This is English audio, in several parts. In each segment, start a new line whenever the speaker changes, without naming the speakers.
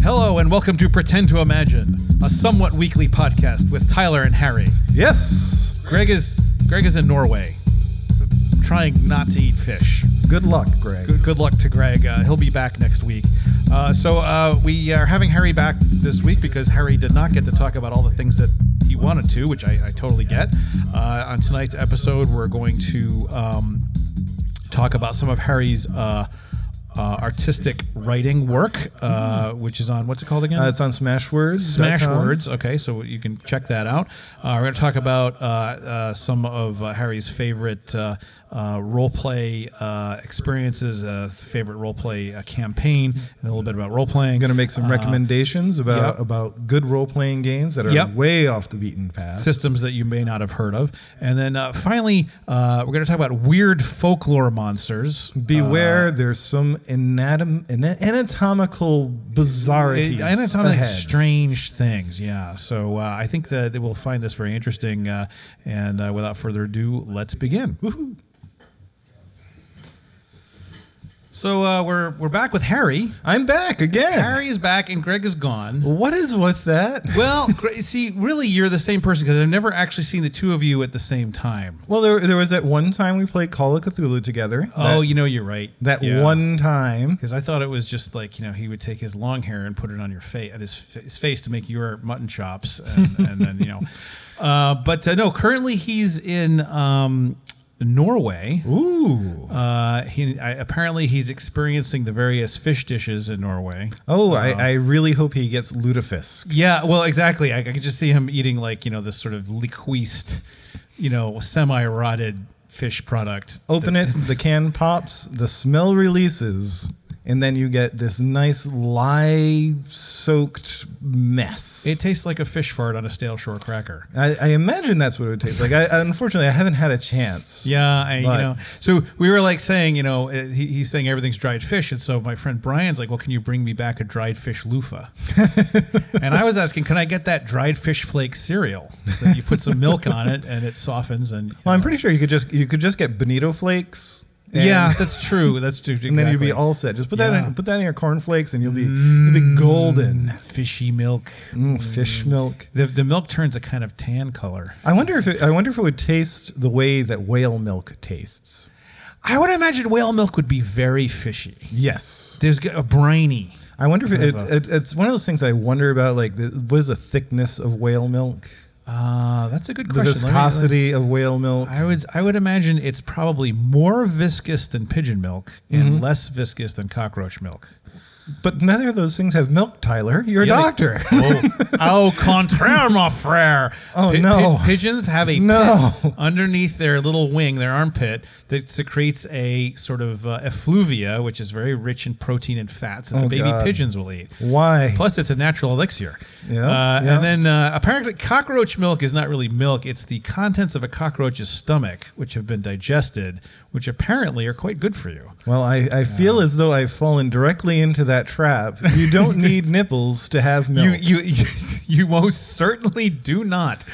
Hello, and welcome to Pretend to Imagine, a somewhat weekly podcast with Tyler and Harry.
Yes.
Greg is Greg is in Norway, trying not to eat fish.
Good luck, Greg.
Good, good luck to Greg. Uh, he'll be back next week. Uh, so uh, we are having Harry back this week because Harry did not get to talk about all the things that he wanted to, which I, I totally get. Uh, on tonight's episode, we're going to um, talk about some of Harry's. Uh, uh, artistic writing work, uh, which is on what's it called again?
Uh, it's on Smashwords.
Smashwords. Okay, so you can check that out. Uh, we're going to talk about uh, uh, some of uh, Harry's favorite uh, uh, role play uh, experiences, uh, favorite role play uh, campaign, and a little bit about role playing.
I'm going to make some recommendations about
Uh, yep.
about good role playing games that are
Yep.
way off the beaten path.
systems that you may not have heard of, and then uh, finally, uh, we're going to talk about weird folklore monsters. Uh,
Beware, there's some anatom- ana- anatomical bizarrities.
It- and it's on like
ahead.
strange things, yeah. So uh, I think that they will find this very interesting. Uh, and uh, without further ado, let's begin. So uh, we're we're back with Harry.
I'm back again.
Harry is back, and Greg is gone.
What is with that?
Well, Gre- see, really, you're the same person because I've never actually seen the two of you at the same time.
Well, there, there was that one time we played Call of Cthulhu together.
Oh,
that,
you know, you're right.
that one time.
Because I thought it was just like you know he would take his long hair and put it on your face at his, fa- his face to make your mutton chops and, and then you know, uh, but uh, no. Currently he's in um, Norway.
Ooh.
Uh, he I, apparently he's experiencing the various fish dishes in Norway.
Oh, I,
Uh-huh.
I really hope he gets lutefisk.
Yeah, well, exactly. I, I could just see him eating like you know this sort of liqueased, you know, semi-rotted fish product.
Open it, the can pops, the smell releases, and then you get this nice lye soaked mess.
It tastes like a fish fart on a stale shore cracker.
I, I imagine that's what it would taste like. I, unfortunately, I haven't had a chance.
Yeah, I, you
But-
know. So we were like saying, you know, uh, he, he's saying everything's dried fish, and so my friend Brian's like, "Well, can you bring me back a dried fish loofah?" and I was asking, "Can I get that dried fish flake cereal? That you put some milk on it, and it softens." And
Well, I'm pretty sure you could just you could just get bonito flakes. and-
yeah, that's true. That's true. Exactly.
And then you'd be all set. Just put that
Yeah. Mm.
in, put that in your cornflakes, and you'll be you'll be golden.
fishy milk.
Mm, fish milk.
The, the milk turns a kind of tan color.
I wonder if it, I wonder if it would taste the way that whale milk tastes.
I would imagine whale milk would be very fishy.
Yes.
There's g- a briny.
I wonder if it,
Kind of
it, it, it's one of those things I wonder about. Like, the, what is the thickness of whale milk?
Uh, that's a good
The
question. Let me- let me-
viscosity of whale milk.
I would I would imagine it's probably more viscous than pigeon milk
Mm-hmm.
and less viscous than cockroach milk.
But neither of those things have milk, Tyler. You're a
Yeah, they-
doctor.
oh, oh, contraire, my frere.
Oh, no.
pigeons have a
No.
pit underneath their little wing, their armpit, that secretes a sort of uh, effluvia, which is very rich in protein and fats that the
Oh,
baby
God.
pigeons will eat.
Why?
Plus, it's a natural elixir.
Yeah,
Uh,
yeah.
And then uh, apparently, cockroach milk is not really milk. It's the contents of a cockroach's stomach, which have been digested, which apparently are quite good for you.
Well, I, I feel as though I've fallen directly into that trap. You don't need nipples to have milk.
You, you, you most certainly do not.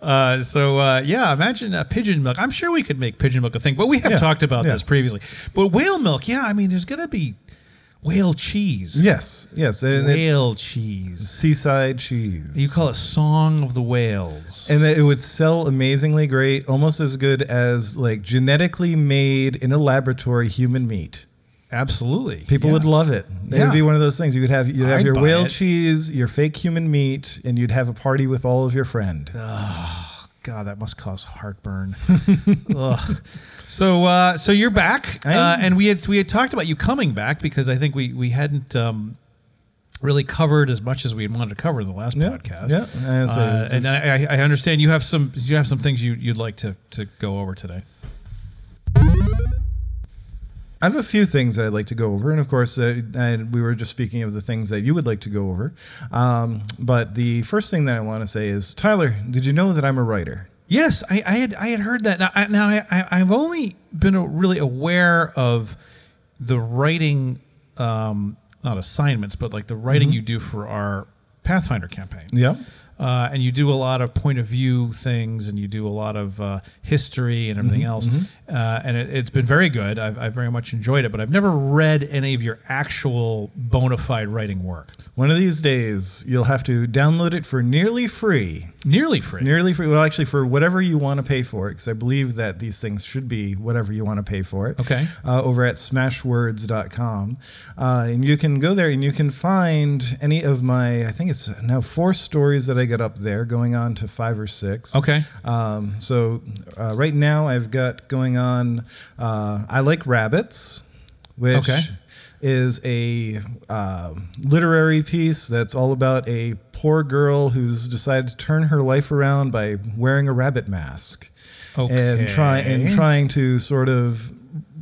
Uh, so, uh, yeah, imagine uh, pigeon milk. I'm sure we could make pigeon milk a thing, but we have
Yeah,
talked about
yeah.
this previously. But whale milk, yeah, I mean, there's going to be whale cheese.
yes, yes. And it,
Whale cheese.
seaside cheese.
You call it Song of the Whales.
and that it would sell amazingly great, almost as good as like genetically made in a laboratory human meat.
Absolutely.
People
yeah.
would love it. It
Yeah.
would be one of those things you would have. You'd have
I'd
your
buy
whale
it.
cheese, your fake human meat, and you'd have a party with all of your friend.
God, that must cause heartburn. Ugh. So, uh, so you're back,
I
uh,
am.
and we had we had talked about you coming back because I think we we hadn't um, really covered as much as we had wanted to cover in the last
Yeah,
podcast.
yeah. And so
Uh, and
there's-
I, I I understand you have some you have some things you you'd like to to go over today.
I have a few things that I'd like to go over, and of course, uh, and we were just speaking of the things that you would like to go over. Um, but the first thing that I want to say is, Tyler, did you know that I'm a writer?
Yes, I, I had I had heard that. Now, I, now I, I, I've only been really aware of the writing, um, not assignments, but like the writing you do for our Pathfinder campaign.
Yeah.
uh, and you do a lot of point of view things, and you do a lot of uh, history and everything else. Uh, and it, it's been very good. I've, I've very much enjoyed it, but I've never read any of your actual bona fide writing work.
One of these days, you'll have to download it for nearly free.
Nearly free.
Nearly free. Well, actually, for whatever you want to pay for it, because I believe that these things should be whatever you want to pay for it.
Okay.
Uh, over at smashwords.com. Uh, and you can go there and you can find any of my, I think it's now four stories that I got up there, going on to five or six.
Okay.
Um, so uh, right now, I've got going on, uh, I Like Rabbits, which
Okay.
is a uh, literary piece that's all about a poor girl who's decided to turn her life around by wearing a rabbit mask and try and
Okay.
trying to sort of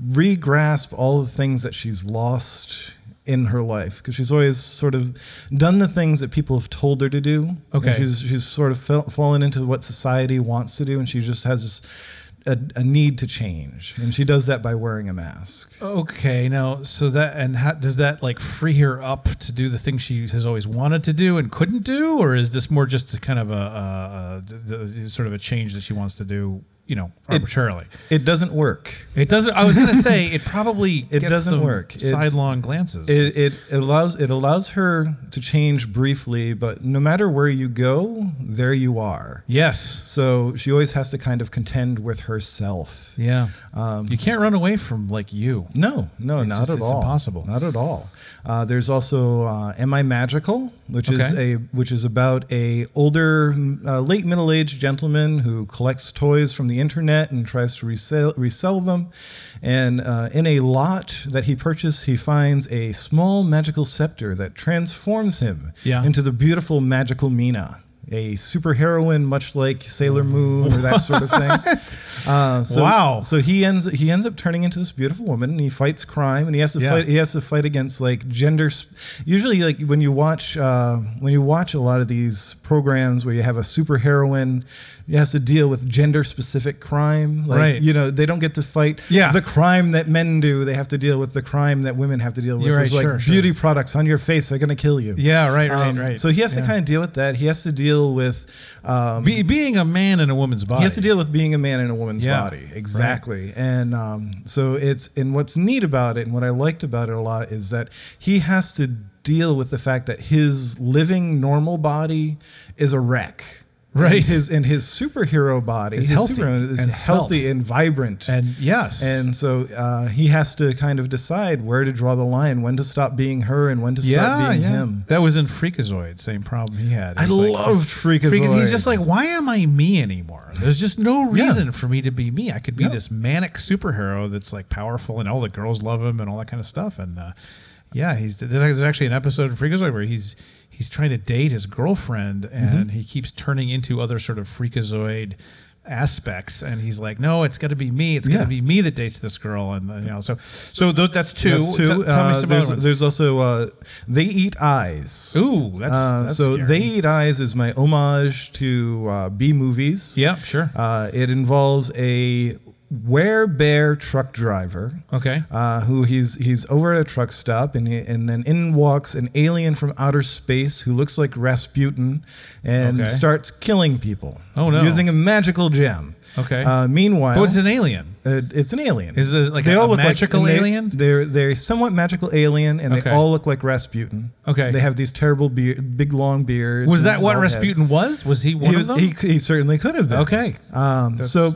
re-grasp all the things that she's lost in her life because she's always sort of done the things that people have told her to do And
Okay.
she's she's sort of fell, fallen into what society wants to do and she just has this a, a need to change and she does that by wearing a mask
Okay, now so that and how, does that like free her up to do the thing she has always wanted to do and couldn't do, or is this more just a kind of a, a, a the, the- sort of a change that she wants to do, you know, arbitrarily?
it doesn't work
It, doesn't. I was gonna say it probably
It
gets
doesn't
some
work. It's-
Sidelong glances.
It, it allows it allows her to change briefly, but no matter where you go, there you are.
yes.
So she always has to kind of contend with herself.
Yeah.
Um,
you can't run away from like you.
No, no, not
just-
at
it's
all.
impossible.
Not at all. Uh, there's also uh, "Am I Magical," which is
Okay.
a which is about a older, mm, uh, late middle aged gentleman who collects toys from the internet and tries to resell resell them. And uh, in a lot that he purchased, he finds a small magical scepter that transforms him
Yeah.
into the beautiful magical Mina. A superheroine, much like Sailor Moon or that sort of thing. Uh, so,
Wow.
So he ends he ends up turning into this beautiful woman, and he fights crime, and he has to
Yeah.
fight he has to fight against like gender. sp- Usually, like when you watch uh, when you watch a lot of these programs where you have a superheroine, you has to deal with gender specific crime. Like,
Right.
You know they don't get to fight
Yeah.
the crime that men do. They have to deal with the crime that women have to deal with.
You're
It's
right,
like
sure, sure.
beauty products on your face are gonna kill you.
Yeah. Right. Right.
Um,
right.
So he has
Yeah.
to kind of deal with that. He has to deal with um,
Be, being a man in a woman's body.
he has to deal with being a man in a woman's
Yeah,
body. Exactly. And um, so it's, and what's neat about it and what I liked about it a lot is that he has to deal with the fact that his living normal body is a wreck.
Right.
And his, and his superhero body
Is
his
healthy
superhero is
and
healthy and vibrant.
And yes.
And so uh, he has to kind of decide where to draw the line, when to stop being her and when to stop being him.
That was in Freakazoid. Same problem he had.
I
It's like-
loved Freakazoid.
Because he's just like, why am I me anymore? There's just no
Yeah.
reason for me to be me. I could be
No.
this manic superhero that's like powerful and all the girls love him and all that kind of stuff. And uh, yeah, he's there's, there's actually an episode in Freakazoid where he's he's trying to date his girlfriend
Mm-hmm.
and he keeps turning into other sort of Freakazoid aspects and he's like no it's got to be me it's got
Yeah.
to be me that dates this girl and uh, you know so so th- that's two,
That's two.
T- tell
Uh,
me some
there's,
other ones.
there's also uh, They Eat Eyes.
Ooh, that's,
Uh,
that's
so
scary.
they eat eyes is my homage to uh, B movies.
Yeah, sure.
Uh, it involves a werebear truck driver.
Okay.
Uh, who he's he's over at a truck stop and he, and then in walks an alien from outer space who looks like Rasputin and
Okay.
starts killing people.
Oh, no.
Using a magical gem.
Okay.
Uh, meanwhile,
but it's an alien.
uh, it's an alien.
Is it like a- a magical
they-
alien?
They're they're somewhat magical alien, and
Okay.
they all look like Rasputin.
Okay.
they have these terrible beard, big long beards.
Was
and
that what
bald heads.
Rasputin was? Was he one
He, was,
of them?
he, he certainly could have been.
okay.
Um,
That's-
so,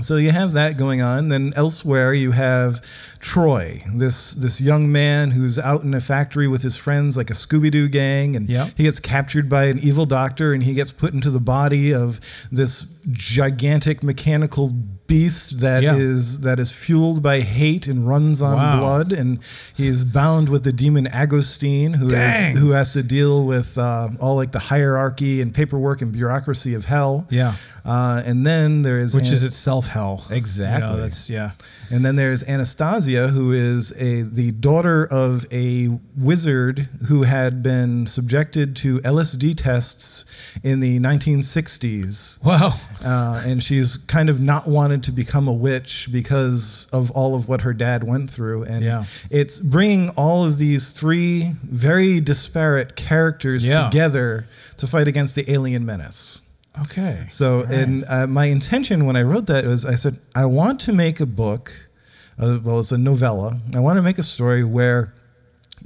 so you have that going on. Then elsewhere, you have Troy, this this young man who's out in a factory with his friends, like a Scooby Doo gang, and
Yeah.
he gets captured by an evil doctor, and he gets put into the body of this gigantic mechanical beast that is
Yeah.
that is fueled by hate and runs on
Wow.
blood, and he is bound with the demon Agostine, who has,
Dang.
who um, has to deal with uh, all like the hierarchy and paperwork and bureaucracy of hell.
Yeah.
Uh, and then there is
which
An-
is itself hell.
Exactly.
You know, that's yeah.
and then there's Anastasia, who is a the daughter of a wizard who had been subjected to LSD tests in the 1960s.
Wow.
Uh, and she's kind of not wanted to become a witch because of all of what her dad went through. And
Yeah.
it's bringing all of these three very disparate characters
Yeah.
together to fight against the alien menace.
Okay.
So, and uh, my intention when I wrote that was I said, I want to make a book, uh, well, it's a novella. I want to make a story where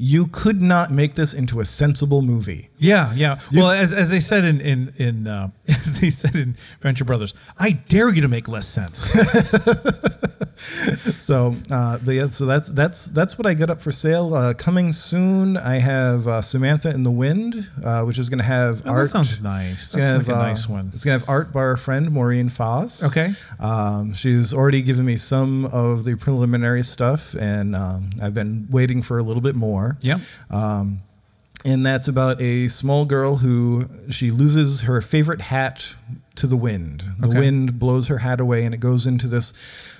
you could not make this into a sensible movie.
Yeah, yeah. well, as, as they said in in in uh, as they said in Venture Brothers, I dare you to make less sense.
So, uh, but yeah, so that's that's that's what I got up for sale. Uh, coming soon, I have uh, Samantha in the Wind, uh, which is going to have
Oh,
art.
that sounds nice.
It's gonna
That sounds like a
have, uh,
nice one.
It's gonna have art by our friend Maureen Foss.
Okay.
Um, she's already given me some of the preliminary stuff, and um, I've been waiting for a little bit more.
Yeah.
Um, and that's about a small girl who she loses her favorite hat to the wind. The
Okay.
wind blows her hat away, and it goes into this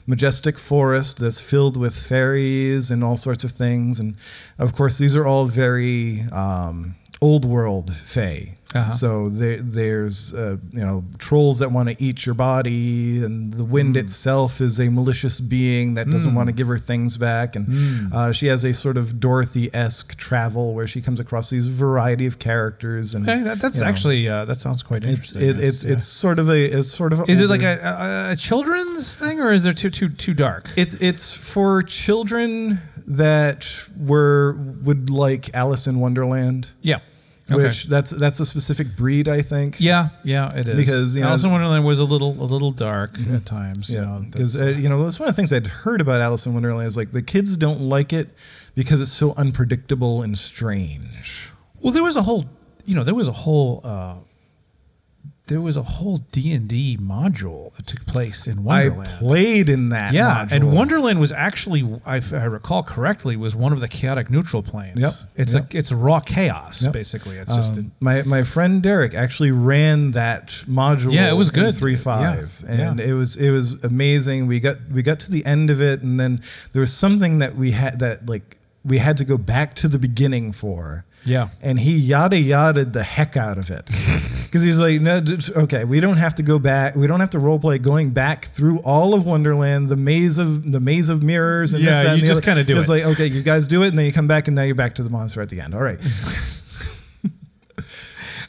majestic forest that's filled with fairies and all sorts of things. And of course, these are all very um, old world fae.
Uh-huh.
So there, there's uh, you know trolls that want to eat your body, and the wind
Mm.
itself is a malicious being that doesn't want to give her things back. And
Mm.
uh, she has a sort of Dorothy-esque travel where she comes across these variety of characters. And
Okay, that, that's
you know,
actually uh, that sounds quite
it's
interesting.
it, it's
yeah.
it's sort of a it's sort of
is it like
older-
a, a, a children's thing or is there too too too dark?
It's it's for children that were would like Alice in Wonderland,
Yeah.
which that's that's a specific breed, I think.
yeah, yeah, it is.
Because, you know- Mm-hmm.
Alice in Wonderland was a little a little dark at times. you
Yeah,
know,
because
that's-
uh, you know that's one of the things I'd heard about Alice in Wonderland is like the kids don't like it because it's so unpredictable and strange.
Well, there was a whole, you know, there was a whole, uh, there was a whole D and D module that took place in Wonderland.
I played in that.
yeah,
module.
and Wonderland was actually, if I recall correctly, was one of the chaotic neutral planes.
Yep,
It's
yep.
a, it's raw chaos
Yep.
basically. It's just
Um,
an,
my my friend Derek actually ran that module.
Yeah, it was good.
Three five,
Yeah, yeah.
and it was it was amazing. We got we got to the end of it, and then there was something that we had that like we had to go back to the beginning for.
Yeah.
and he yada yadaed the heck out of it because he's like, no, d- okay, we don't have to go back. We don't have to role play going back through all of Wonderland, the maze of the maze of mirrors, and
Yeah,
this, that,
you
and the
just
other.
kinda do
It's
it.
like, okay, you guys do it, and then you come back, and now you're back to the monster at the end. All right.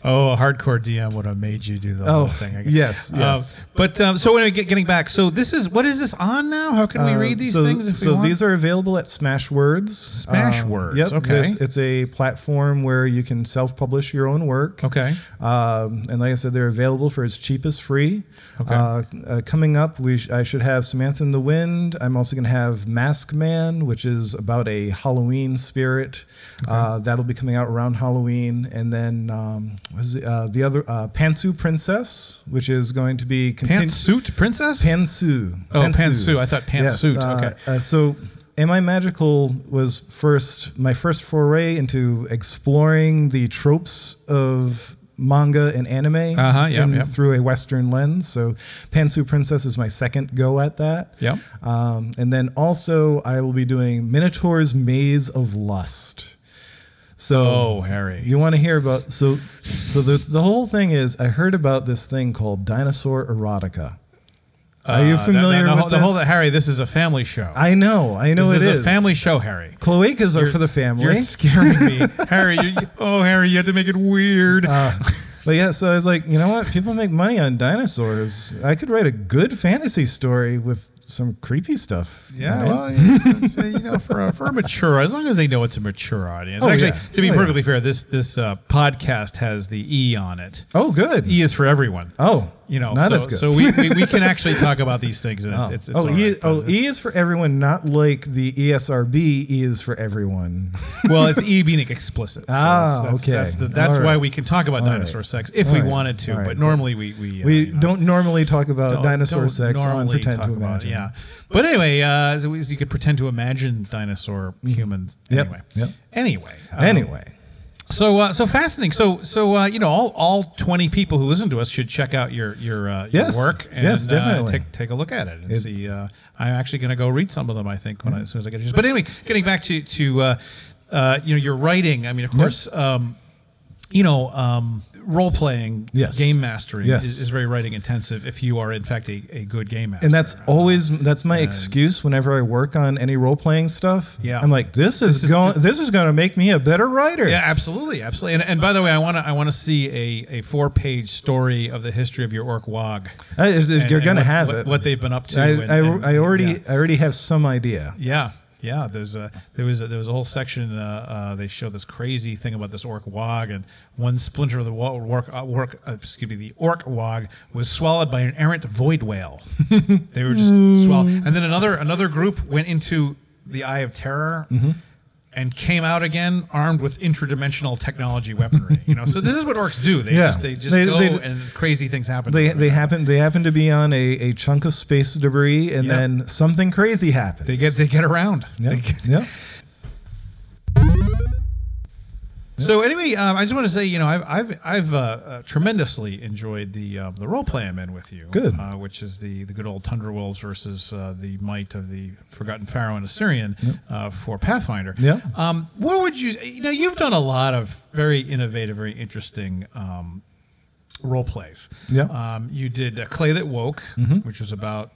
oh, a hardcore DM would have made you do the
Oh,
whole thing. I guess.
yes,
Um,
yes.
but um, so anyway, get- getting back. So this is what is this on now? How can we
Uh,
read these
so,
things? If
so
we want?
these are available at Smashwords.
Smashwords,
yep.
okay.
It's, it's a platform where you can self-publish your own work.
okay.
Um, and like I said, they're available for as cheap as free.
Okay.
Uh, uh, coming up, we sh- I should have Samantha in the Wind. I'm also going to have Mask Man, which is about a Halloween spirit. Uh, that'll be coming out around Halloween. And then um, what is it? Uh, the other uh, Pantsu Princess, which is going to be continu-
Pantsuit princess.
Pansu.
Oh, Pantsu. I thought Pantsuit. Okay.
Uh, so, Am I Magical was first my first foray into exploring the tropes of manga and anime
Uh-huh, yeah,
in-
yeah.
through a Western lens. So, Pantsu Princess is my second go at that.
Yep.
Um, and then also, I will be doing Minotaur's Maze of Lust. So,
oh, Harry.
you want to hear about so so the the whole thing is I heard about this thing called dinosaur erotica. Are you
Uh, that-
familiar
that- no,
with
hold-
this?
Hold it, Harry. This is a family show.
I know, I know
this
it
is a family show, Harry.
Cloacas are for the
You're
family.
scaring me, Harry. You, you- oh, Harry, you had to make it weird.
Uh, But yeah, so I was like, you know what? People make money on dinosaurs. I could write a good fantasy story with some creepy stuff.
yeah,
right?
well, yeah, it's, uh, you know, for a, for a mature, as long as they know it's a mature audience.
Oh,
Actually,
yeah.
to be
Oh, yeah.
perfectly fair, this this uh, podcast has the E on it.
Oh, good.
E is for everyone.
oh,
You know,
not
so,
as good.
so we, we, we can actually talk about these things, and
Oh,
it's, it's, it's
oh,
all
e,
right.
oh, E is for everyone, not like the ESRB. E is for everyone.
well, it's E being explicit. So
Ah,
that's, that's,
okay.
That's, the, that's
All
why
right.
we can talk about
All right.
dinosaur sex if
All
we
right.
wanted to,
All right.
but normally we we, uh,
we
you know,
don't normally talk about
don't-
dinosaur
don't
sex on
normally
pretend
talk
to
about it,
imagine.
yeah, but anyway, uh, so we- so you could pretend to imagine dinosaur humans.
Mm-hmm. Yep,
Anyway,
yep.
anyway, um,
Anyway,
So uh, so fascinating. So so uh, you know all, all twenty people who listen to us should check out your your, uh, your
Yes.
work and
Yes,
Uh,
definitely.
take take a look at it and see. Uh, I'm actually going to go read some of them. I think when I, as soon as I get a
Mm-hmm.
chance. But anyway, getting back to to uh, uh, you know your writing. I mean, of course. Um, you know, um, role playing,
Yes.
game mastering
Yes.
is, is very writing intensive. If you are in fact a, a good game master,
And that's always that's my excuse whenever I work on any role playing stuff.
Yeah.
I'm like, this is,
is-
going. This is going to make me a better writer.
Yeah, absolutely, absolutely. And, and by the way, I want to I want to see a, a four page story of the history of your orc wog.
I- Uh, is- is-
And-
you're
and
going to
what-
have
what,
it.
what they've been up to.
I,
and-
I,
and-
I already
yeah.
I already have some idea.
yeah. yeah, there's a there was a, there was a whole section. Uh, uh, they show this crazy thing about this orc wog, and one splinter of the wa- orc, uh, orc uh, excuse me, the orc wog was swallowed by an errant void whale. they were just swallowed,
Mm.
and then another another group went into the Eye of Terror,
Mm-hmm.
and came out again armed with interdimensional technology weaponry. you know, so this is what orcs do. They
Yeah.
just they just
They-
go
they-
and crazy things happen. to
They
them.
they happen they happen to be on a, a chunk of space debris, and
Yeah.
then something crazy happens.
They get they get around.
yeah.
They get-
yeah.
So anyway, um, I just want to say, you know, I've I've, I've uh, uh, tremendously enjoyed the um, the role play I'm in with you.
Good.
uh, which is the the good old Tundra Wolves versus uh, the might of the Forgotten Pharaoh and Assyrian uh, for Pathfinder.
Yeah.
Um, what would you? You know, you've done a lot of very innovative, very interesting. Um, Role plays.
Yeah. Mm-hmm.
Um, you did uh, Clay That Woke, which was about,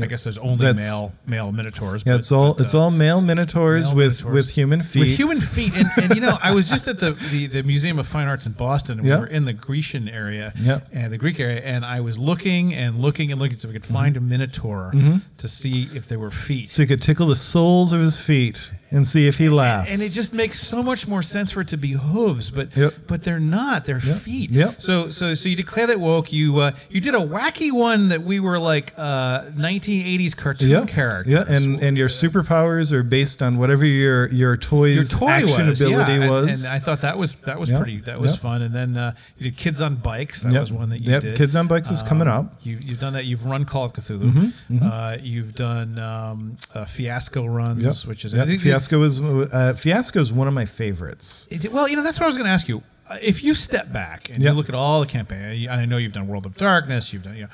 I guess there's only
That's-
male male minotaurs.
Yeah,
but-
it's all
but, uh,
it's all male minotaurs
male
with
minotaurs.
with human feet.
With human feet, and, and you know, I was just at the, the, the Museum of Fine Arts in Boston. And
Yeah.
We were in the Grecian area
Yeah.
and the Greek area, and I was looking and looking and looking so we could find
Mm-hmm.
a minotaur to see if there were feet.
so you could tickle the soles of his feet and see if he laughs.
and it just makes so much more sense for it to be hooves, but
Yep.
but they're not; they're feet.
Yep.
So so so you declare that woke. You uh, you did a wacky one that we were like uh, 1980s cartoon
yeah,
characters.
yeah, and and your superpowers are based on whatever your your toy's
your toy
action
was,
ability
yeah. and-
was.
And, I thought that was that was
Yeah.
pretty that was
Yeah.
fun. And then uh, you did Kids on Bikes. That
Yep.
was one that you
Yep.
did.
Kids on Bikes is coming
Um,
up. Mm-hmm,
You, you've done that. You've run Call of Cthulhu. Uh, you've done um, uh, Fiasco runs,
Yep.
which is
Yep.
I think the-
Fiasco is uh, Fiasco is one of my favorites.
Is it- well, you know, that's what I was going to ask you. Uh, If you step back and
Yeah.
you look at all the campaign, and you- and I know you've done World of Darkness, you've done, you know,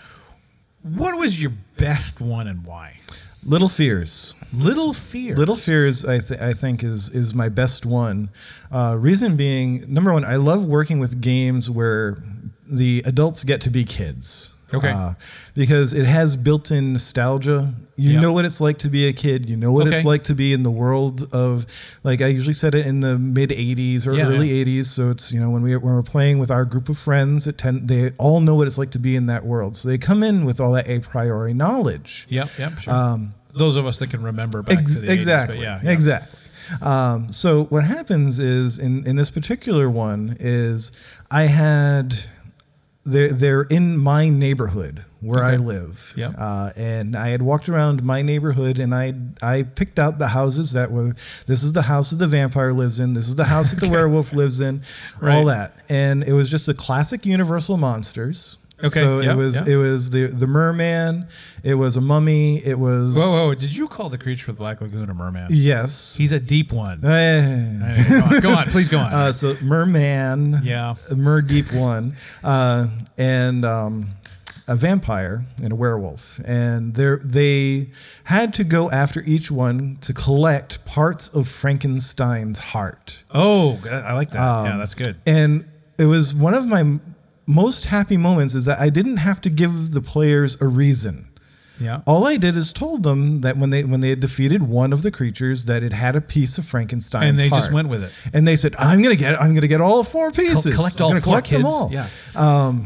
what was your best one and why?
Little Fears.
Little Fear.
Little Fears, I, th- I think, is is my best one. Uh, reason being, number one, I love working with games where the adults get to be kids.
Okay.
Uh, because it has built-in nostalgia. You
Yeah.
know what it's like to be a kid. You know what
Okay.
it's like to be in the world of, like I usually said it in the mid '80s or
Yeah,
early
yeah.
'80s. So it's you know when we when we're playing with our group of friends, it tend they all know what it's like to be in that world. So they come in with all that a priori knowledge.
Yep, yep, sure. Those of us that can remember back
Um, Ex-
to the 80s,
exactly.
but yeah, yeah.
Exactly. Um, so what happens is in, in this particular one is I had they're they're in my neighborhood where I
Okay.
live.
Yep.
Uh, and I had walked around my neighborhood and I I picked out the houses that were this is the house that the vampire lives in, this is the house that the werewolf lives in, all
Right.
that. And it was just the classic universal monsters.
Okay,
So
yeah,
it was
yeah.
it was the the merman, it was a mummy, it was
Whoa, whoa, whoa, Oh, did you call the creature with Black Lagoon a merman?
yes.
He's a deep one.
Eh.
Hey, go, on, go on, please go on.
Uh, so merman,
Yeah.
mer deep one, uh, and um, a vampire and a werewolf, and they they had to go after each one to collect parts of Frankenstein's heart, Um,
oh, g- I like that. yeah, that's good.
and it was one of my m- most happy moments is that I didn't have to give the players a reason.
Yeah.
All I did is told them that when they when they had defeated one of the creatures that it had a piece of Frankenstein's
And they
heart.
just went with it.
And they said, "I'm gonna get I'm gonna get all four pieces.
collect
I'm
all
gonna
four
collect
kids.
them all."
Yeah.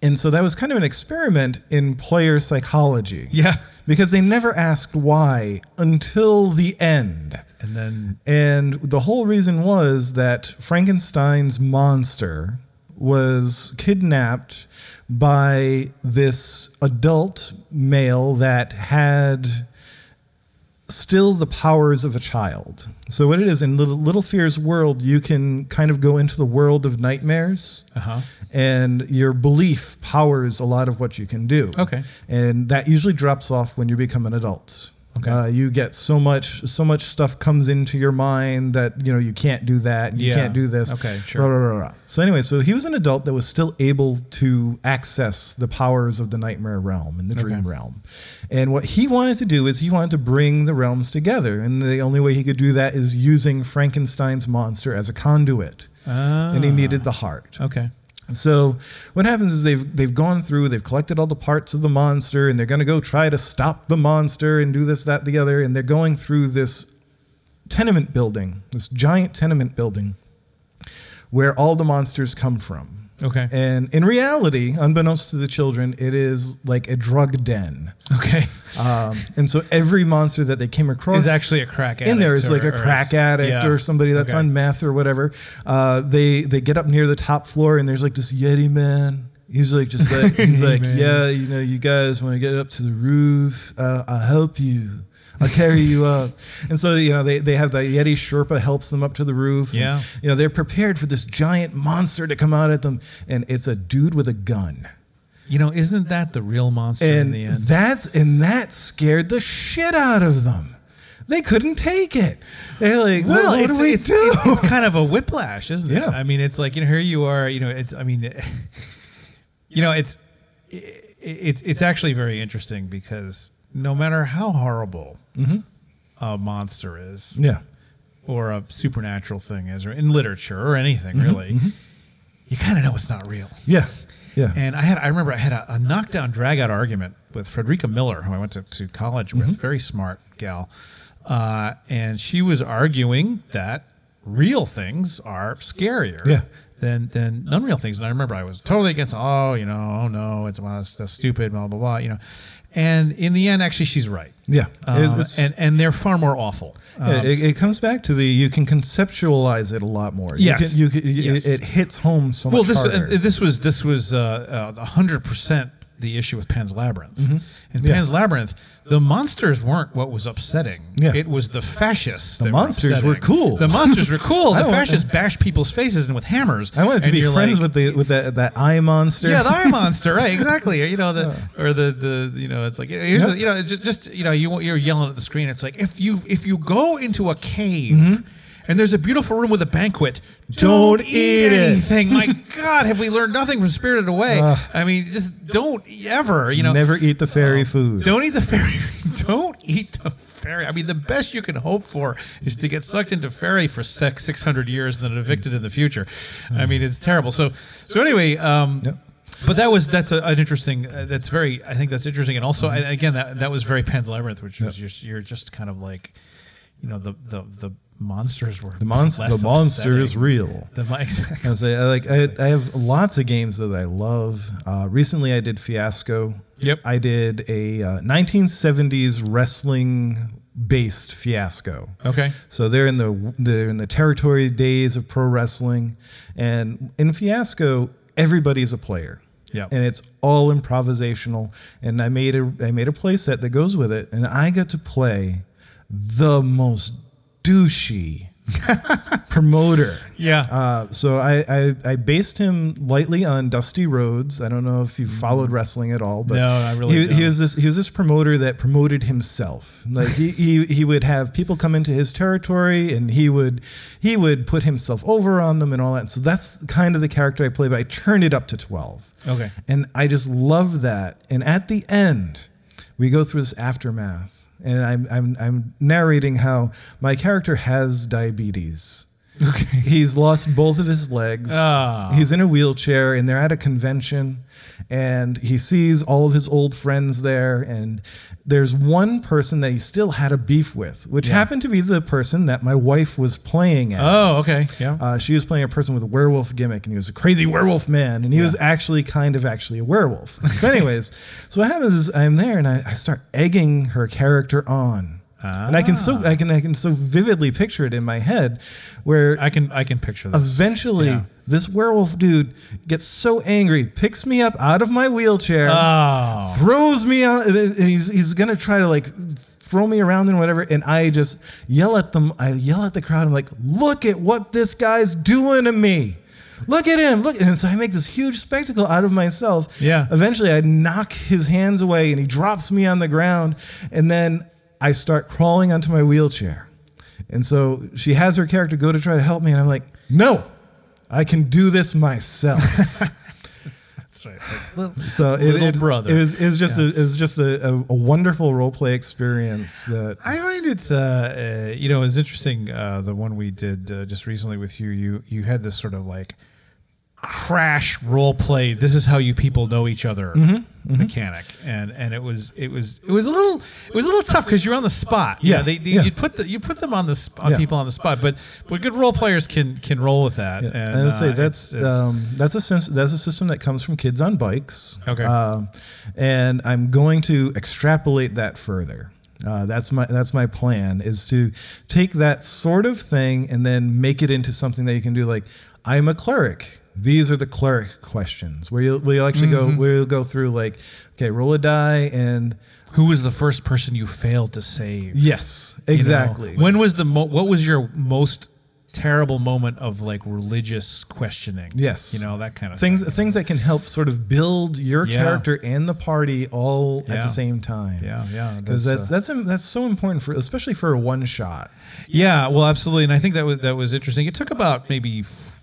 And so that was kind of an experiment in player psychology.
Yeah.
Because they never asked why until the end.
And then
And the whole reason was that Frankenstein's monster was kidnapped by this adult male that had still the powers of a child. So what it is in Little, Little Fear's world, you can kind of go into the world of nightmares.
Uh-huh.
And your belief powers a lot of what you can do.
Okay.
And that usually drops off when you become an adult.
Okay.
Uh, you get so much so much stuff comes into your mind that you know you can't do that and you
Yeah.
can't do this.
Okay,
Rah,
sure.
rah, rah, rah. So anyway, so he was an adult that was still able to access the powers of the nightmare realm and the dream
Okay.
realm. And what he wanted to do is he wanted to bring the realms together, and the only way he could do that is using Frankenstein's monster as a conduit. And
Ah.
he needed the heart.
Okay.
So what happens is they've they've gone through, they've collected all the parts of the monster, and they're going to go try to stop the monster and do this, that, the other, and they're going through this tenement building, this giant tenement building, where all the monsters come from.
Okay.
And in reality, unbeknownst to the children, it is like a drug den.
okay.
Um, and so every monster that they came across
Is actually a crack addict.
in there is
or-
like a
or
crack addict
yeah.
or somebody that's
Okay.
on meth or whatever. Uh, they they get up near the top floor and there's like this Yeti man. He's like just like he's like
Man.
yeah you know you guys want to get up to the roof uh, I'll help you I'll carry you up and so you know they, they have the Yeti Sherpa helps them up to the roof And,
Yeah.
you know they're prepared for this giant monster to come out at them and it's a dude with a gun
You know, isn't that the real monster in
and
the end?
that's and that scared the shit out of them. They couldn't take it. They're like, well, what, do we
it's,
do?
it's- it's kind of a whiplash, isn't
Yeah.
it? I mean, it's like you know, here you are. You know, it's. I mean, you know, it's i- it's it's actually very interesting because no matter how horrible
Mm-hmm.
a monster is,
yeah,
or a supernatural thing is, or in literature or anything
Mm-hmm.
really, you kind of know it's not real.
yeah, yeah.
And I had I remember I had a, a knockdown drag out argument with Frederica Miller, who I went to, to college with,
Mm-hmm.
very smart gal. Uh, and she was arguing that real things are scarier
Yeah.
than than unreal things. And I remember I was totally against, oh, you know, oh no, it's well, that's, that's stupid, blah, blah, blah, you know. And in the end, actually she's right.
Yeah. It's-
Uh,
it's-
and, and they're far more awful. Uh,
Yeah, it, it comes back to the you can conceptualize it a lot more.
Yes.
you can, you can,
Yes.
It, it hits home so
Well,
much
this
harder.
uh, this was this was uh, uh, hundred percent the issue with Pan's Labyrinth. In
Mm-hmm. Yeah.
Pan's Labyrinth, the monsters weren't what was upsetting.
Yeah.
It was the fascists. The
monsters were cool.
The monsters were cool.
I
the
don't want-
fascists bashed people's faces in with hammers.
I wanted to
And
be
you're
friends
like,
with the with that that eye monster.
yeah, the eye monster, right? Exactly. You know the or the the you know it's like here's
Yeah.
the, you know it's just, just you know you you're yelling at the screen. It's like if you if you go into a cave. And there's a beautiful room with a banquet.
Mm-hmm. Don't eat it.
anything. My God, have we learned nothing from Spirited Away? I mean, just don't ever, you know. um,
never eat the fairy food.
Don't eat the fairy. Don't eat the fairy. I mean, the best you can hope for is to get sucked into fairy for six, 600 years and then evicted in the future. I mean, it's terrible. So, so anyway, um,
Yep.
but that was that's a, an interesting. Uh, that's very. I think that's interesting. And also, I, again, that, that was very Pan's Labyrinth, which was just you're just kind of like, you know, the the the monsters were
The monster, the monster is real.
The mon- exactly.
I say I like I, I have lots of games that I love. Uh, recently, I did Fiasco.
Yep.
I did a uh, 1970s wrestling based Fiasco.
Okay.
So they're in the they're in the territory days of pro wrestling, and in Fiasco, everybody's a player.
Yep.
And it's all improvisational. And I made a I made a play set that goes with it, and I got to play the most douchey promoter.
Yeah.
Uh, so I, I I based him lightly on Dusty Rhodes. I don't know if you followed wrestling at all, but
Mm-hmm. No, I really
he, he
don't.
was this he was this promoter that promoted himself. Like he, he he would have people come into his territory, and he would he would put himself over on them and all that. So that's kind of the character I play, but I turned it up to twelve.
Okay.
And I just love that. And at the end, we go through this aftermath, and I'm, I'm, I'm narrating how my character has diabetes.
Okay.
He's lost both of his legs.
Ah.
He's in a wheelchair, and they're at a convention, and he sees all of his old friends there. And there's one person that he still had a beef with, which
Yeah.
happened to be the person that my wife was playing at.
Oh, okay. Yeah.
Uh, she was playing a person with a werewolf gimmick, and he was a crazy werewolf man, and he was actually kind of actually a werewolf. But anyways, so what happens is I'm there, and I, I start egging her character on, and I can so
Ah.
I can I can so vividly picture it in my head, where
I can I can picture this.
eventually
Yeah.
this werewolf dude gets so angry, picks me up out of my wheelchair,
Oh.
throws me out, and then- and he's he's gonna try to like throw me around and whatever, and I just yell at them. I yell at the crowd. I'm like, look at what this guy's doing to me. Look at him! Look, and so I make this huge spectacle out of myself.
Yeah.
Eventually, I knock his hands away, and he drops me on the ground. And then I start crawling onto my wheelchair. And so she has her character go to try to help me, and I'm like, no, I can do this myself.
That's right.
So it,
Little
it,
brother.
it was it was just a, it was just a, a, a wonderful role play experience that
I find it's uh, uh, you know it's interesting uh, the one we did uh, just recently with you. You you had this sort of like crash role play. This is how you people know each other
Mm-hmm,
mechanic, and and it was it was it was a little it was a little tough because you're on the spot. You
Yeah,
know, they, they,
yeah.
you put the you put them on the sp- on
Yeah.
people on the spot, but but good role players can can roll with that.
Yeah,
And,
and, I say
uh, it's-
that's
it's-
um, that's a sens- that's a system that comes from kids on bikes.
Okay.
Um, and I'm going to extrapolate that further. Uh, that's my that's my plan is to take that sort of thing and then make it into something that you can do. Like I'm a cleric. These are the cleric questions where you'll, where you'll actually
Mm-hmm.
go where you'll go through like okay roll a die and
who was the first person you failed to save?
yes
You know,
exactly
when was the mo- what was your most terrible moment of like religious questioning?
Yes.
you know that kind of
things
Thing.
things that can help sort of build your
Yeah.
character and the party all at
Yeah.
the same time.
Yeah, yeah,
because
that's, uh,
that's that's im- that's so important for especially for a one shot.
Yeah, well, absolutely, and I think that was that was interesting. It took about maybe f-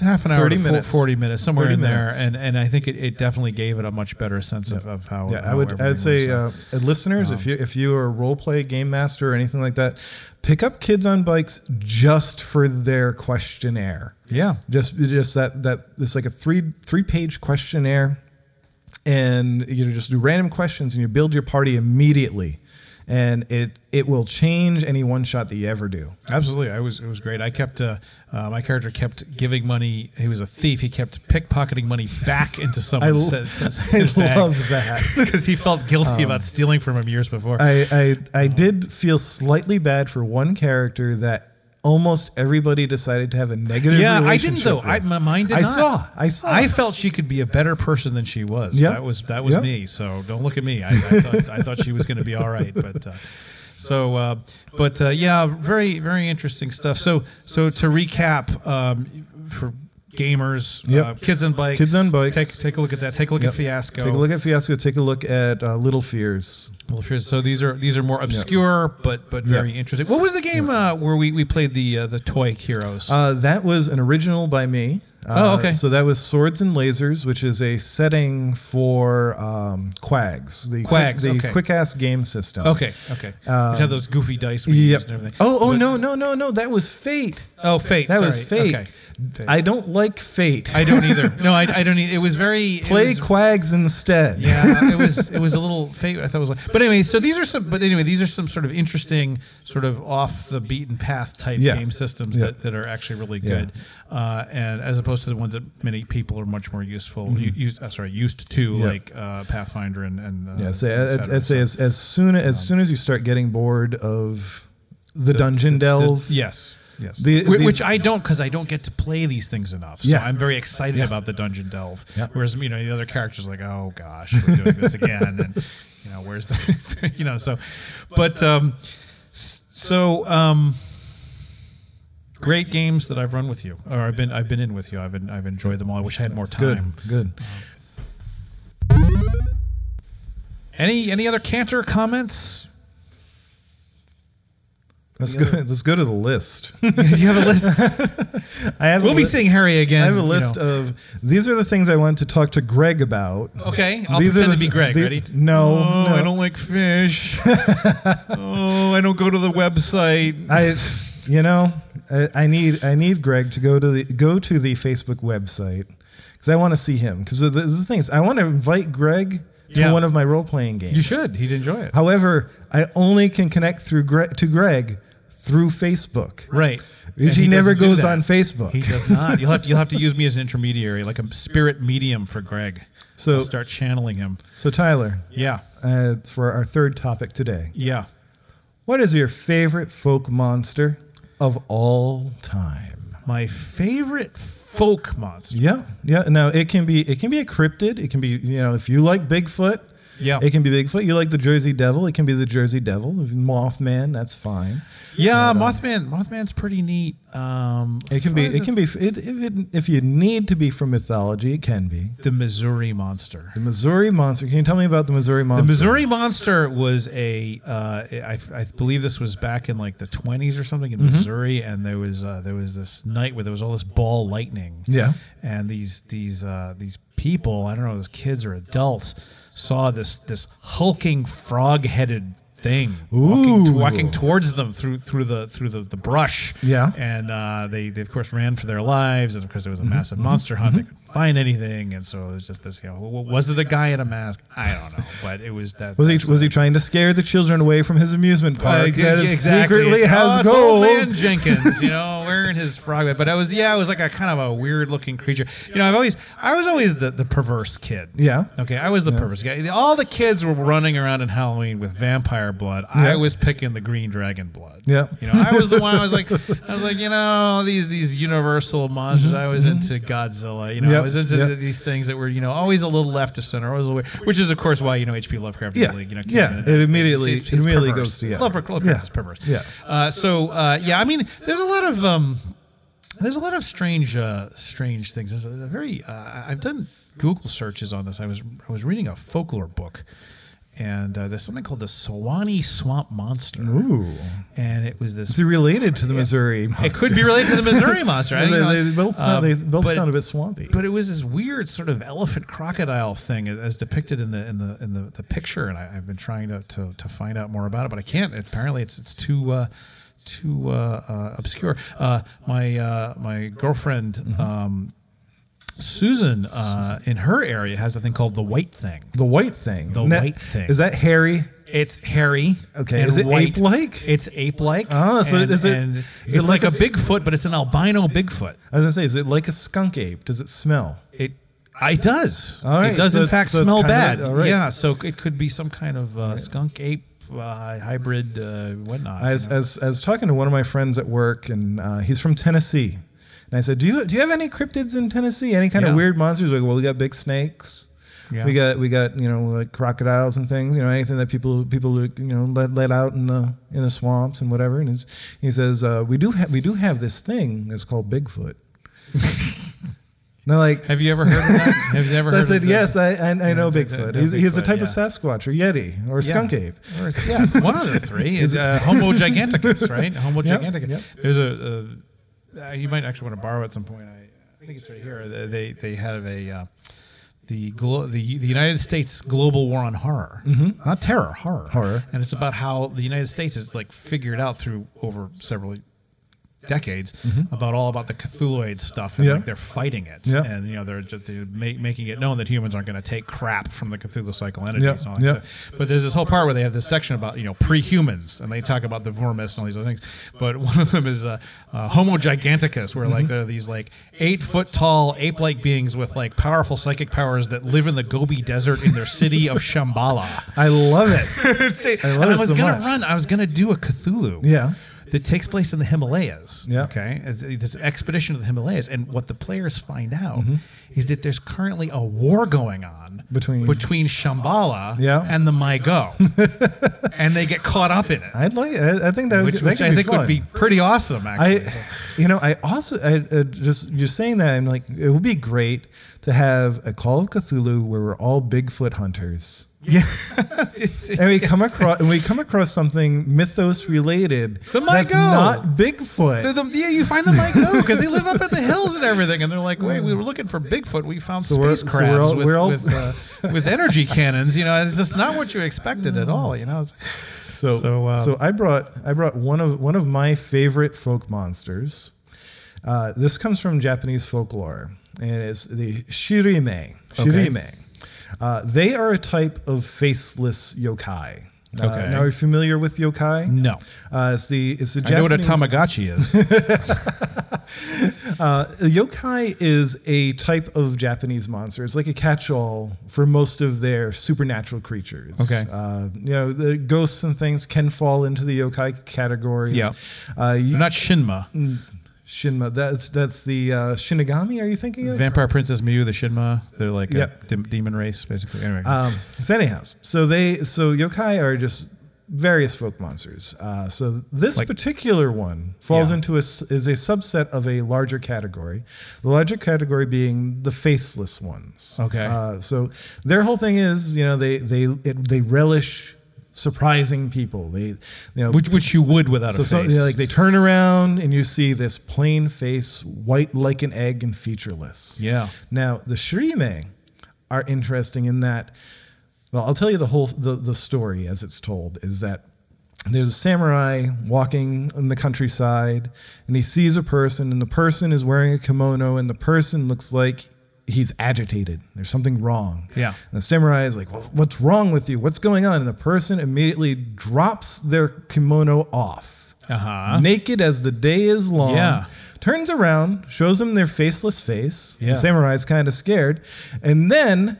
half an hour,
30
to fo-
minutes.
forty minutes, somewhere
30
in
minutes.
there, and and I think it, it definitely gave it a much better sense of, of how.
Yeah, I
how
would
everything
I'd
was,
say
uh, uh-huh.
uh, uh, listeners, if you if you are a role play game master or anything like that, pick up Kids on Bikes just for their questionnaire.
yeah,
just just that that it's like a three three page questionnaire and you know just do random questions and you build your party immediately and it it will change any one shot that you ever do
Absolutely, I was. It was great. I kept uh, uh, my character kept giving money. He was a thief. He kept pickpocketing money back into
I
someone's.
l-
his-
I
his bag.
love that. Um,
because he felt guilty about stealing from him years before.
i i, I did feel slightly bad for one character that almost everybody decided to have a negative
yeah, I didn't
relationship
though. I,
with.
my mind did
I
not.
saw i saw
I felt she could be a better person than she was.
Yep.
That was that was
Yep.
me. So don't look at me. I, I, thought, I thought she was going to be all right, but uh, so uh, but uh, yeah, very very interesting stuff. So so to recap um, for gamers, uh,
Yep.
kids on bikes,
Kids on bikes.
Take take a look at that. Take a look at Fiasco.
take a look at fiasco take a look at uh, little fears
Well, sure. So these are these are more obscure, but but very interesting. What was the game uh, where we, we played the uh, the toy heroes?
Uh, that was an original by me.
Oh,
Uh,
okay.
So that was Swords and Lasers, which is a setting for um, Quags, the
Quags,
quick, the
okay.
quick ass game system.
okay, okay. Which had those goofy dice we
uh, Yep.
used and everything.
Oh, oh
But-
no, no, no, no! That was Fate.
Oh, fate.
That was
sorry.
Fate.
Okay. Fate.
I don't like Fate.
I don't either. No, I, I don't. Either. It was very it
Play
was-
Quags instead.
yeah, it was it was a little favorite. I thought it was like, but anyway. So these are some, but anyway, these are some sort of interesting, sort of off the beaten path type
Yeah.
game systems
Yeah.
that, that are actually really
Yeah.
good, uh, and as opposed to the ones that many people are much more useful u- used. Uh, sorry, used to
Mm-hmm. Yeah.
like uh, Pathfinder and and uh,
Yeah. So
et
I-
cetera.
I- I'd say as, as soon as soon as you start getting bored of the, dungeon
Um, The-
delve,
yes. Yes.
The-
Wh- which
these-
I don't because I don't get to play these things enough. So
Yeah.
I'm very excited about the dungeon delve.
Yeah.
Whereas you know the other characters like oh gosh we're doing this again and you know where's the you know so but um s- so um great games that I've run with you or I've been I've been in with you I've been, I've enjoyed them all I wish I had more
good,
time.
good.
Any any other canter comments?
Let's go. Let's go to the list.
you have a list.
I have a
We'll be
li-
seeing Harry again.
I have a
you
list
know.
of these are the things I wanted to talk to Greg about.
Okay, I'll
These are
pretend
the-
to be Greg.
the-
Ready?
no,
Oh,
no.
I don't like fish. oh, I don't go to the website.
I, you know, I, I need I need Greg to go to the go to the Facebook website because I want to see him. Because the, the thing is, I want to invite Greg to
Yeah.
one of my role playing games.
You should. He'd enjoy it.
However, I only can connect through Gre- to Greg through Facebook.
Right.
He,
And he
never
doesn't do
goes
that.
on Facebook.
He does not. You'll have to, you'll have to use me as an intermediary, like a spirit medium for Greg.
So-
I'll start channeling him.
so Tyler,
Yeah.
uh, for our third topic today,
Yeah.
what is your favorite folk monster of all time?
My favorite folk monster.
Yeah, yeah. No, it can be it can be a cryptid. It can be you know if you like Bigfoot,
Yeah.
It can be Bigfoot. You like the Jersey Devil? It can be the Jersey Devil. If Mothman, that's fine.
Yeah, Mothman. Mothman's pretty neat. Um,
It can be.
what is
It can be. It, if it, if you need to be from mythology, it can be.
the Missouri Monster.
The Missouri Monster. Can you tell me about the Missouri Monster?
The Missouri Monster was a, uh, I, I believe this was back in like the 20s or something
Mm-hmm.
in Missouri, and there was uh, there was this night where there was all this ball lightning.
Yeah.
and these these uh, these people, I don't know, if it was kids or adults, saw this this hulking frog headed thing walking,
Ooh.
walking towards them through through the through the, the brush.
Yeah.
and uh, they they of course ran for their lives, and of course there was a massive monster hunt. They couldn't find anything, and so it was just this. You know, w- w- was it a guy in a mask? I don't know, but it was that.
Was he
that's
was
a-
he trying to scare the children away from his amusement
uh,
park
yeah,
that is
exactly.
secretly
It's, "Oh,
has
it's old
gold?
man Jenkins, you know, wearing his frog hat. But I was, yeah, I was like a kind of a weird looking creature. You know, I've always, I was always the, the perverse kid.
Yeah.
Okay, I was the perverse guy. All the kids were running around in Halloween with vampire blood. I
Yeah.
was picking the green dragon blood.
Yeah.
You know, I was the one. I was like, I was like, you know, these these universal monsters. I was into Godzilla. You know, I
Mm-hmm. Yep,
was into
yep.
th- these things that were, you know, always a little left of center, always a little, which is of course why you know H.P. Lovecraft.
Yeah,
really, you know,
yeah,
came in.
it immediately- it immediately
perverse.
goes to- yeah.
Lovecraft, Lovecraft
Yeah.
is perverse.
Yeah.
Uh, so uh, yeah, I mean, there's a lot of um, there's a lot of strange uh, strange things. There's a very uh, I've done Google searches on this. I was I was reading a folklore book, and uh, there's something called the Sewanee Swamp Monster,
Ooh,
and it was this.
is he related to the Missouri?
It could be related to the Missouri Monster. I
They,
think, you know,
they both
um,
sound, they both
but-
sound a bit swampy.
but it was this weird sort of elephant crocodile thing as depicted in the in the in the, the picture, and I, I've been trying to, to to find out more about it, but I can't. Apparently, it's it's too. Uh, too uh, uh, obscure. Uh, my uh, my girlfriend
Mm-hmm.
um, Susan uh, in her area has a thing called the white thing.
the white thing.
The
Isn't that-
white thing.
Is that hairy?
It's hairy.
Okay,
and
is it
white.
ape-like?
It's ape like.
Ah, so is it-
And
is
it's
it
like,
like
a,
a-
Bigfoot, but it's an albino Bigfoot.
I was gonna say, is it like a skunk ape? Does it smell?
It it does.
All right,
It does
so
in
it's-
fact
so it's
smell
kinda
bad.
that- all right.
Yeah, so it could be some kind of uh, skunk ape uh, hybrid uh, whatnot.
I was,
you
I,
know?
was, I was talking to one of my friends at work, and uh, he's from Tennessee. And I said, "Do you do you have any cryptids in Tennessee? Any kind
Yeah.
of weird monsters?" Like, well, we got big snakes.
Yeah.
We got we got you know like crocodiles and things. You know anything that people people you know let, let out in the in the swamps and whatever. And it's, he says, uh, "We do ha- we do have this thing that's called Bigfoot." and I'm like,
Have you ever heard of that? Have you ever heard
so I
of
said,
the-
"Yes, I I, I know
it's a-
Bigfoot.
no
He's, he's a
Bigfoot,
type of
yeah.
Skunk or Yeti or
Yeah.
skunk ape."
Or it's- yeah, it's one of the three. Is uh, Homo giganticus, right? Homo
Yep,
giganticus.
yep.
There's a, a uh, you might actually want to borrow at some point. I, I think it's right here. They they, they have a uh, the, glo- the the United States global war on horror, mm-hmm. not terror, horror,
Horror.
and it's about how the United States is like figured out through over several decades about all about the Cthulhuid stuff and
Mm-hmm. Yeah.
like they're fighting it
Yeah.
and you know they're just they're ma- making it known that humans aren't going to take crap from the Cthulhu cycle entities
Yeah,
and all that
yeah.
stuff. But there's this whole part where they have this section about you know pre-humans, and they talk about the Vormis and all these other things. But one of them is uh, uh, Homo giganticus, where
Mm-hmm.
like there are these like eight foot tall ape like beings with like powerful psychic powers that live in the Gobi Desert in their city of Shambhala.
I love it.
See,
I love
and I
it
was
so
gonna
much.
run. I was gonna do a Cthulhu.
Yeah.
That takes place in the Himalayas.
Yeah.
Okay. It's, it's an expedition to the Himalayas, and what the players find out
Mm-hmm.
is that there's currently a war going on
Between-
between Shambhala
Yeah.
and the Mygo, and they get caught up in it,
I'd like. I, I think that would,
which,
that
which
could
I
be
think
fun.
would be pretty awesome.
I,
Actually. So-
you know, I also I, uh, just you're saying that I'm like it would be great to have a Call of Cthulhu where we're all Bigfoot hunters,
yeah.
and we come across and we come across something mythos related
The
that's
Mygo!
not Bigfoot.
The- the- yeah, you find the Mygo because they live up in the hills and everything, and they're like, "Wait, we were looking for Bigfoot. We found
So we're-
space
so we're
crabs
all-
with
we're all-
with, uh, with energy cannons. You know, it's just not what you expected at all. You know, It's-
So
So,
so,
uh,
I brought I brought one of one of my favorite folk monsters. Uh, this comes from Japanese folklore, and it's the shirime. Shirime. Uh, they are a type of faceless yokai. Uh,
Okay.
now, are you familiar with yokai?
No.
Uh, it's the it's the
I know what a
Japanese-
Tamagotchi is.
uh, a yokai is a type of Japanese monster. It's like a catch-all for most of their supernatural creatures.
Okay.
Uh, you know, the ghosts and things can fall into the yokai categories.
Yeah.
Uh, you,
Mm. They're not Shinma.
Shinma. That's that's the uh, Shinigami. Are you thinking of?
Vampire Princess Mew, the Shinma. They're like a
Yep.
dem- demon race, basically. Anyway,
Um, so anyhow, so they so yokai are just various folk monsters. Uh, so this
Like-
particular one falls
Yeah.
into a s is a subset of a larger category. The larger category being the faceless ones.
Okay.
Uh, so their whole thing is you know they they it, they relish surprising people. They you know
which which you would without
so,
a
so
face.
yeah, like they turn around and you see this plain face, white like an egg, and featureless.
Yeah.
Now the shirime are interesting in that. Well, I'll tell you the whole the, the story as it's told is that there's a samurai walking in the countryside and he sees a person and the person is wearing a kimono and the person looks like he's agitated. There's something wrong.
Yeah.
And the samurai is like, well, what's wrong with you? What's going on? And the person immediately drops their kimono off,
Uh-huh.
naked as the day is long.
Yeah.
Turns around, shows them their faceless face.
Yeah.
The samurai's kind of scared. And then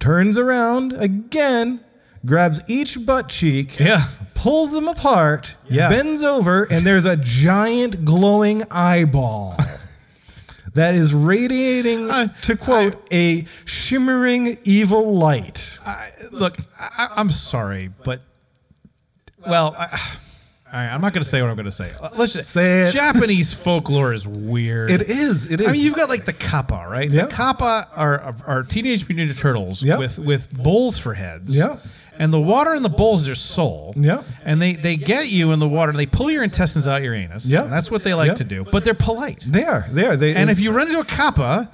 turns around again, grabs each butt cheek.
Yeah.
Pulls them apart,
Yeah.
bends over, and there's a giant glowing eyeball that is radiating,
I-
to quote, a shimmering evil light.
I, look, I, I'm sorry, but well, I, all right, I'm not going to say what I'm going to say. Let's just
Say it.
Japanese folklore is weird.
It is. It is.
I mean, you've got like the kappa, right?
Yeah.
The kappa are, are Teenage Mutant Ninja Turtles
Yeah.
with with bowls for heads.
Yeah.
And the water in the bowl is their soul.
Yeah.
And they, they get you in the water and they pull your intestines out your anus.
Yeah.
And that's what they like
Yeah.
to do. But they're polite.
they are. They are. They
And if you run into a kappa,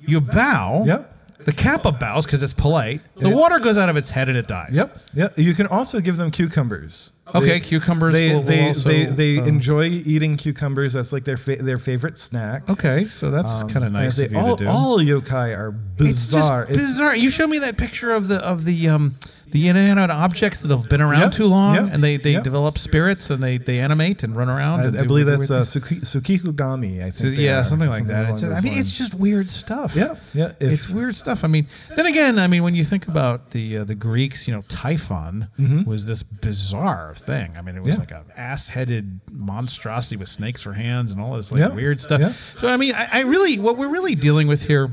you bow.
Yep.
The kappa bows because it's polite. The
Yeah.
water goes out of its head and it dies.
Yep. Yep. You can also give them cucumbers.
Okay, cucumbers
They
will- will
they
also,
they, they
um,
enjoy eating cucumbers. That's like their fa- their favorite snack. Um,
Okay, so that's kind of
And
nice
they-
of you
all,
to do.
all yokai are bizarre.
It's just bizarre. You showed me that picture of the of the um the inanimate objects that have been around
Yep,
too long,
yep,
and they they
yep.
develop spirits and they they animate and run around. and
I, I
do
believe
weird
that's uh,
things.
Suki, Sukikugami. I
So,
think. they
yeah,
are,
something like that.
along
It's just, I
those
mean, it's
lines.
just weird stuff.
Yeah, yeah, if-
it's weird stuff. I mean, then again, I mean, when you think about the uh, the Greeks, you know, Typhon was this bizarre thing. I mean, it was
Mm-hmm. Yeah.
like an ass headed monstrosity with snakes for hands and all this like
Yeah,
weird stuff.
yeah.
So I mean, I, I really what we're really dealing with here.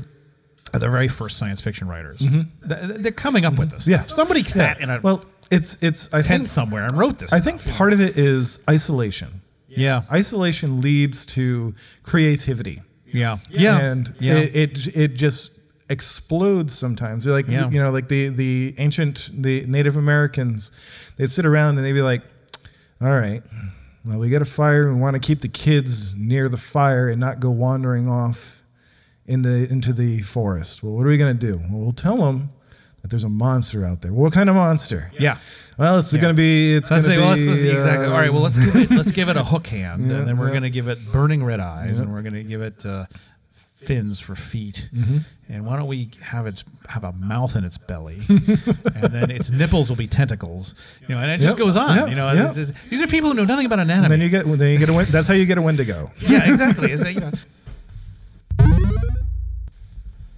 Are the very first science fiction writers. Th- They're coming up with this.
Mm-hmm. Yeah.
stuff. Somebody sat in a
well, it's it's I
tent
think
somewhere and wrote this.
I think part of it is isolation.
Yeah.
Isolation leads to creativity.
Yeah. Yeah.
and
yeah.
It, it it just explodes sometimes. They're like
Yeah.
you know, like the the ancient the Native Americans, they'd sit around and they'd be like, "All right, well, we got a fire. and We want to keep the kids near the fire and not go wandering off in the into the forest. Well, what are we gonna do? Well, we'll tell them." That there's a monster out there. What kind of monster?
Yeah.
Well, it's
Yeah.
gonna be. It's
Let's
gonna
say, well, let's,
be
let's- exactly.
uh,
All right. Well, let's give it, let's give it a hook hand,
Yeah,
and then we're
yeah.
going to give it burning red eyes, and we're going to give it uh, fins for feet,
Mm-hmm.
and why don't we have it have a mouth in its belly, and then its nipples will be tentacles, you know, and it just
Yep,
goes on,
yep,
you know.
yep.
This is- these are people who know nothing about anatomy.
then you get. Then you get a. win- That's how you get a Wendigo.
yeah, exactly. Is that, you know.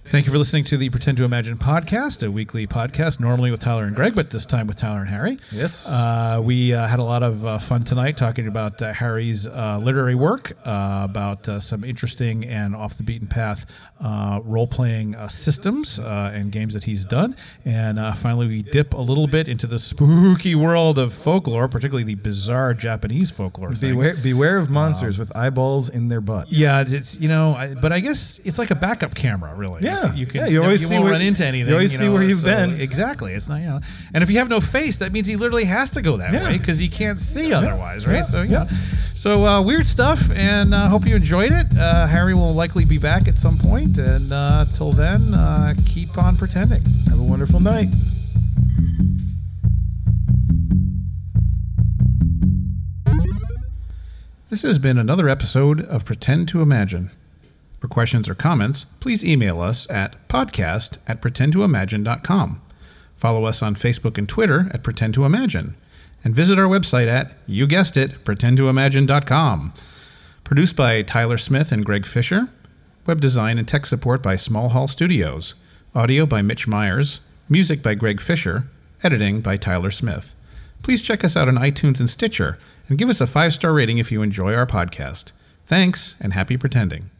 Thank you for listening to the Pretend to Imagine podcast, a weekly podcast normally with Tyler and Greg, but this time with Tyler and Harry.
Yes.
Uh, we uh, had a lot of uh, fun tonight talking about uh, Harry's uh, literary work, uh, about uh, some interesting and off the beaten path uh, role playing uh, systems uh, and games that he's done. And uh, finally, we dip a little bit into the spooky world of folklore, particularly the bizarre Japanese folklore. things.
Beware, beware of monsters with eyeballs in their butts.
Yeah, it's- it's you know, I, but I guess it's like a backup camera, really.
Yeah,
you can.
yeah, you always see
won't
where-
run into
you
anything.
always see
know,
where you've been.
Exactly. It's not you know, and if you have no face, that means he literally has to go that
Yeah.
way because he can't see otherwise, right?
yeah,
so
yeah.
yeah. So uh, weird stuff, and uh, hope you enjoyed it. Uh, Harry will likely be back at some point, and uh, till then, uh, keep on pretending.
Have a wonderful night.
This has been another episode of Pretend to Imagine. For questions or comments, please email us at podcast at pretendtoimagine.com. Follow us on Facebook and Twitter at Pretend to Imagine. And visit our website at, you guessed it, pretendtoimagine.com. Produced by Tyler Smith and Greg Fisher. Web design and tech support by Small Hall Studios. Audio by Mitch Myers. Music by Greg Fisher. Editing by Tyler Smith. Please check us out on iTunes and Stitcher and give us a five star rating if you enjoy our podcast. Thanks and happy pretending.